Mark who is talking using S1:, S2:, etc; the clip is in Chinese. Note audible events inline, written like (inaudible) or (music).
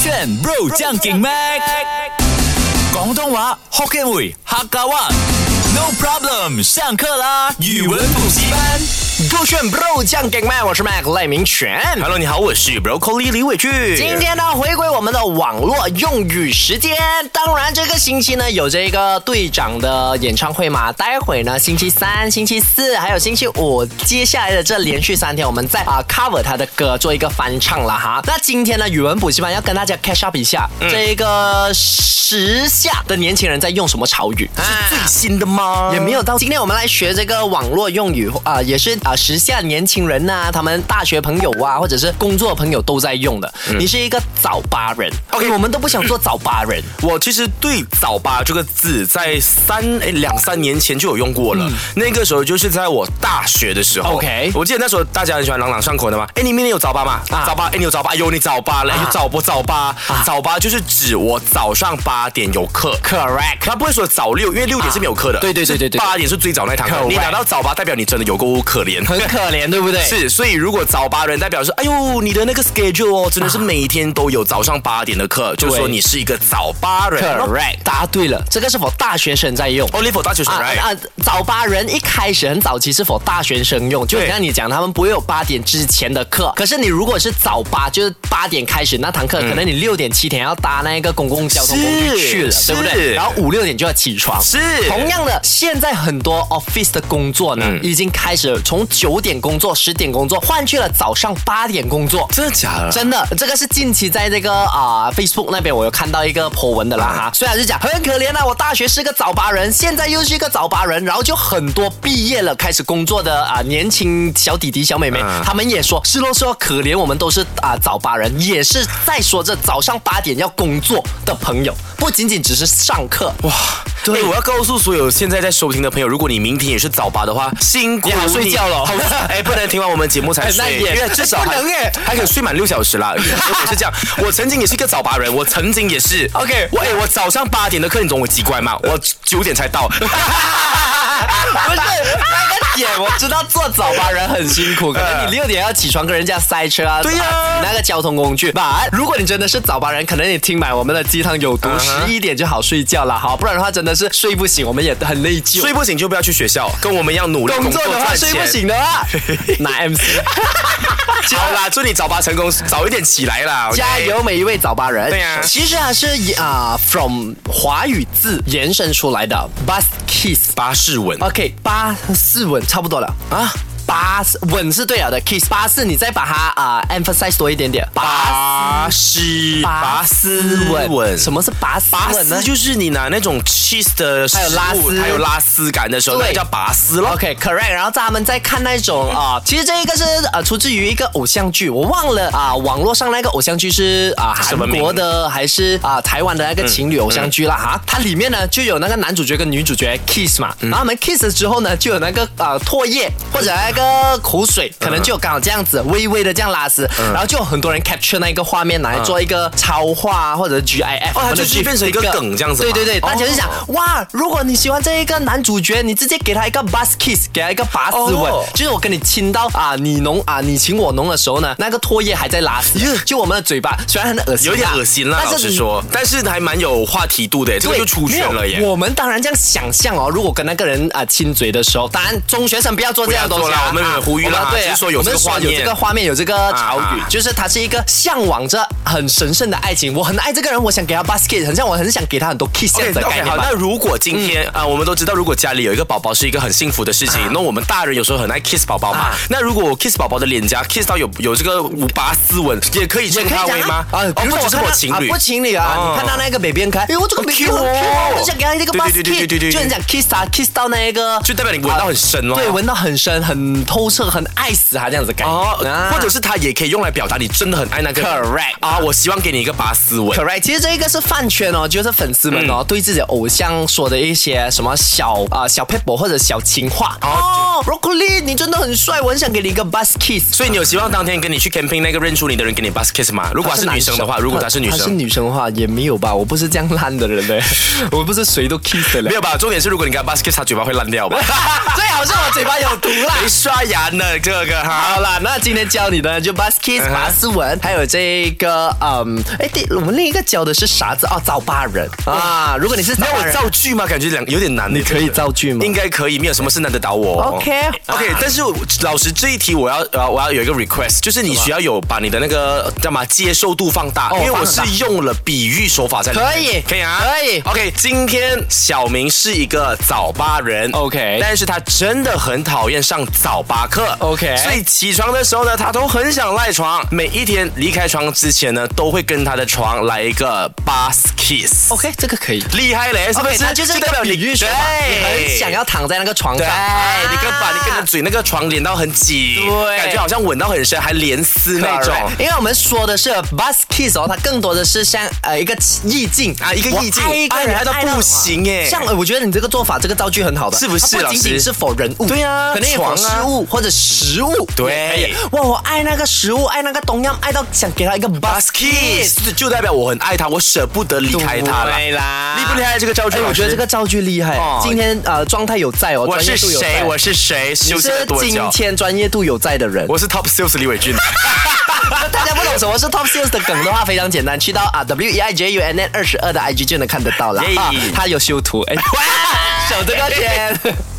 S1: 选 bro 将劲 mac，广东话 Hokkien 语客家话。No problem，上课啦！语文补习班，
S2: 酷炫 bro 酱给麦，我是 Mac 赖明全。
S3: Hello，你好，我是 Broccoli 李伟俊。啊
S2: 今天呢，回归我们的网络用语时间。当然，这个星期呢有这个队长的演唱会嘛，待会呢星期三、星期四还有星期五，接下来的这连续三天，我们再啊、cover 他的歌，做一个翻唱了哈。那今天呢，语文补习班要跟大家 catch up 一下、这个时下的年轻人在用什么潮语啊。
S3: 最新的吗？
S2: 也没有到。今天我们来学这个网络用语啊、也是啊、时下年轻人呐、他们大学朋友啊，或者是工作朋友都在用的。你是一个早八人，OK，我们都不想做早八人。
S3: 我其实对“早八”这个字在三诶两三年前就有用过了，那个时候就是在我大学的时候。
S2: OK
S3: 我记得那时候大家很喜欢朗朗上口的嘛。哎，你明天有早八吗？
S2: 啊
S3: 早八，哎，你有早八？哎呦，你早八了，哎
S2: 啊
S3: 早不早八
S2: 啊？
S3: 早八就是指我早上八点有课。
S2: Correct，
S3: 他不会说早六，因为六点是没有课的。
S2: 对对对对对
S3: 八点是最早那一堂课。
S2: Correct
S3: 你拿到早八，代表你真的有够可
S2: (laughs)
S3: 怜。
S2: 很可怜，对不 (laughs) 对？
S3: 是，所以如果早八人代表是，哎呦，你的那个 schedule 哦，真的是每天都有早上八点的课，就说你是一个早八人。
S2: ，Correct，答对了，这个是否大学生在用？
S3: o l i v e 大学生
S2: 啊
S3: right？
S2: 啊！早八人一开始很早期是否大学生用？就
S3: 对
S2: 像你讲，他们不会有八点之前的课。可是你如果是早八，就是八点开始那堂
S3: 嗯
S2: 课，可能你六点七点要搭那个公共交通工具
S3: 是
S2: 去了，对不对？
S3: 是
S2: 然后五六点就要起床。
S3: 是
S2: 同样的，现在很多 office 的工作呢，
S3: 嗯
S2: 已经开始从九点工作、十点工作，换去了早上八点工作。
S3: 真的假的？
S2: 真的，这个是近期在这个啊、Facebook 那边我有看到一个 po 文的啦哈，虽然是讲很可怜啊，我大学是个早八人，现在又是一个早八人，然后就很多毕业了开始工作的啊、年轻小弟弟小妹妹，他们也说是咯是咯，可怜我们都是啊、早八人，也是在说这早上八点要工作的朋友，不仅仅只是上课哇，
S3: 哎我要告诉所有现在在收听的朋友，如果你明天也是早八的话，辛苦
S2: 你好睡觉咯
S3: 好哎，不能听完我们节目才
S2: 那
S3: 睡，
S2: 也
S3: 因为至少还
S2: 不能耶
S3: 还可以睡满六小时啦。我是这样，我曾经也是一个早八人，我曾经也是。
S2: OK
S3: 我哎，我早上八点的课，你懂我几乖吗？我九点才到。
S2: 不是那个点，我知道做早八人很辛苦，可能你六点要起床跟人家塞车啊，
S3: 对呀
S2: 啊挤那个交通工具。那如果你真的是早八人，可能你听满我们的鸡汤有毒，
S3: 哼
S2: 十一点就好睡觉了，好，不然的话真的是睡不醒，我们也很内疚。
S3: 睡不醒就不要去学校，跟我们一样努力
S2: 工作的话
S3: 赚
S2: 睡不
S3: 钱。
S2: 醒的话，拿 MC
S3: 好啦，祝你早八成功，早一点起来啦，OK
S2: 加油！每一位早八人。
S3: 对呀
S2: 其实啊是以啊、from 华语字延伸出来的 bus kiss。
S3: 巴士文
S2: OK，八四吻差不多了啊。八四吻是对了的，kiss 八四，你再把它啊、emphasize 多一点点。八
S3: 巴士
S2: 八四吻，什
S3: 么？
S2: 么是拔丝
S3: 拔
S2: 吻呢
S3: 丝？就是你拿那种 cheese 的食物
S2: 还有拉丝
S3: 还有拉丝哦感的时候，
S2: 对
S3: 那叫拔丝咯。
S2: OK，correct、然后他们在看那种啊、
S3: (laughs)
S2: 其实这一个是呃出自于一个偶像剧，我忘了啊、网络上那个偶像剧是啊、
S3: 什
S2: 韩
S3: 么名嗯
S2: 国的还是啊、台湾的那个情侣偶像剧啦哈、它里面呢就有那个男主角跟女主角 kiss
S3: 嗯
S2: 嘛，然后他们 kiss 了之后呢就有那个啊、唾液或者那个口水，
S3: 嗯
S2: 可能就刚好这样子微微的这样拉丝，然后就有很多人 capture 那个画面拿来做一个超话或者 GIF，
S3: 嗯哦它
S2: 或者
S3: 就是
S2: GIF
S3: 变成一个梗这样子嘛
S2: 对对对，
S3: 哦
S2: 大家就想哇，如果你喜欢这一个男主角，你直接给他一个 bus kiss，给他一个拔丝吻
S3: 哦
S2: 就是我跟你亲到啊你侬啊你情我浓的时候呢，那个唾液还在拉丝，就我们的嘴巴，虽然很恶心啦，啊
S3: 有点恶心啦，老
S2: 但
S3: 实
S2: 是。
S3: 说，但是还蛮有话题度的耶，这个
S2: 对，
S3: 就出圈了
S2: 没有
S3: 耶。
S2: 我们当然这样想象哦，如果跟那个人啊、亲嘴的时候，当然中学生不要做这样的东西
S3: 不要
S2: 啊。
S3: 做啦我们没有呼吁啦
S2: 我们对啊，
S3: 只是说有
S2: 我们
S3: 这个画
S2: 说有
S3: 面
S2: 这个画面，有这个潮语
S3: 啊啊，
S2: 就是它是一个向往着很神圣的爱情。我很爱这个人，我想给他 basket，很像我很想给他很多 kiss 这样子
S3: OK，
S2: 的概
S3: OK，
S2: 念
S3: 好，
S2: 吧
S3: 那如果今天啊，我们都知道，如果家里有一个宝宝是一个很幸福的事情，那我们大人有时候很爱 kiss 宝宝嘛
S2: 啊。
S3: 那如果我 kiss 宝宝的脸颊 kiss 到有有这个拔丝纹，也可以称
S2: 可以
S3: 他
S2: 讲
S3: 为吗？
S2: 啊，
S3: 哦
S2: 比如
S3: 不
S2: 说
S3: 只是
S2: 看
S3: 我
S2: 到
S3: 情
S2: 啊
S3: 侣，
S2: 不情侣啊
S3: 哦，
S2: 你看到那个 baby 很可爱，哎，我这个 baby 很
S3: cute
S2: 可
S3: 哦
S2: 爱，我就想给他一个
S3: 对
S2: bus
S3: 对对对对
S2: kiss，
S3: 对
S2: 就很想 kiss 他，kiss 到那个，
S3: 就代表你闻到很深哦咯
S2: 啊对，闻到很深，很透彻，很爱死他这样子感
S3: 哦
S2: 觉，啊，
S3: 或者是它也可以用来表达你真的很爱那个人。
S2: Correct
S3: 啊，我希望给你一个拔丝吻。
S2: Correct，其实这一个是饭圈哦，就是粉丝们哦、
S3: 嗯
S2: 对自己的偶像说的一些什么小啊、小 p e p e 或者小情话哦。Broccoli，你真的很帅，我很想给你一个 bus kiss。
S3: 所以你有希望当天跟你去 camping 那个认出你的人给你 bus kiss 吗？如果他是女生的话，如果她是女
S2: 她啊是
S3: 生，
S2: 女生的话也没有吧，我不是这样烂的人
S3: (laughs)
S2: 嘞，我不是谁都 kiss 的嘞
S3: 没。有吧？
S2: (laughs)
S3: 重点是如果你跟她 bus kiss，她嘴巴会烂掉吧？
S2: 最好是我嘴巴有毒啦。
S3: 没刷牙呢，这个了哈。
S2: (laughs) 好啦，那今天教你的呢就 Baskets 巴斯文，还有这个嗯，哎，对，我们另一个教的是啥子哦，造巴人啊。如果你是造
S3: 那
S2: 巴
S3: 我
S2: 人，
S3: 造句吗？感觉两有点难呢。
S2: 你可以造句吗
S3: 应该可以，没有什么是难得倒我。
S2: OK 啊
S3: OK，但是我老师这一题我要呃我要有一个 request，就是你需要有把你的那个叫嘛接受度放大，
S2: 哦
S3: 因为我是
S2: 放大
S3: 用了比喻手法在里面。
S2: 可以
S3: 可以啊，
S2: 可以
S3: OK，今天小明是一个早八人
S2: OK
S3: 但是他真的很讨厌上早八课
S2: OK
S3: 所以起床的时候呢，他都很想赖床，每一天离开床之前呢，都会跟他的床来一个 bus kiss。
S2: OK，这个可以。
S3: 厉害嘞，是不
S2: OK，
S3: 是？
S2: 它就是一
S3: 代
S2: 个
S3: 表你
S2: 比喻手法，你
S3: 对，
S2: 很想要躺在那个床
S3: 哎
S2: (laughs)
S3: 对，哎
S2: 上，啊
S3: 你跟把你跟你的嘴那个床连到很紧，
S2: 对
S3: 感觉好像吻到很深，还连丝那
S2: 那
S3: 种
S2: 种。，因为我们说的是 bus kiss 哦，它更多的是像呃一个意境
S3: 啊一个意境
S2: 我爱一个
S3: 爱
S2: 人
S3: 你爱到不行耶
S2: 像呃我觉得你这个做法，这个造句很好的，
S3: 是不是
S2: 它不仅
S3: 老
S2: 仅
S3: 师
S2: 是否人物，
S3: 对啊
S2: 可能也
S3: 床
S2: 否
S3: 啊
S2: 事物或者食物，
S3: 对
S2: 也可以哇，我爱那个食物，爱那个东阳，爱到想给他一个 bus kiss，
S3: kiss 就代表我很爱他，我舍不得离开他了。
S2: 对啦
S3: 厉不厉害？这个造句
S2: 哎，，我
S3: 老师
S2: 觉得这个造句厉害
S3: 哦，
S2: 今天呃状态有在哦，
S3: 我
S2: 专业
S3: 是
S2: 度有
S3: 谁？
S2: 在
S3: 我是谁？
S2: 你
S3: 休息
S2: 是
S3: 了多
S2: 今
S3: 久？
S2: 天专业度有在的人。
S3: 我是 Top Sales 李伟俊。
S2: (laughs) 大家不懂什么是 Top Sales 的梗的话，非常简单，去到啊 W E I J U N N 二十二的 IG 就能看得到了
S3: Yeah
S2: 啊。它有修图，哎，手这个钱。